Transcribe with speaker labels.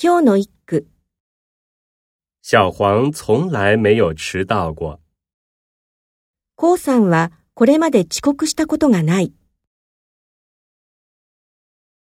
Speaker 1: 今日の一句、
Speaker 2: 小黄从来没有迟到过。
Speaker 1: 黄さんはこれまで遅刻したことがない。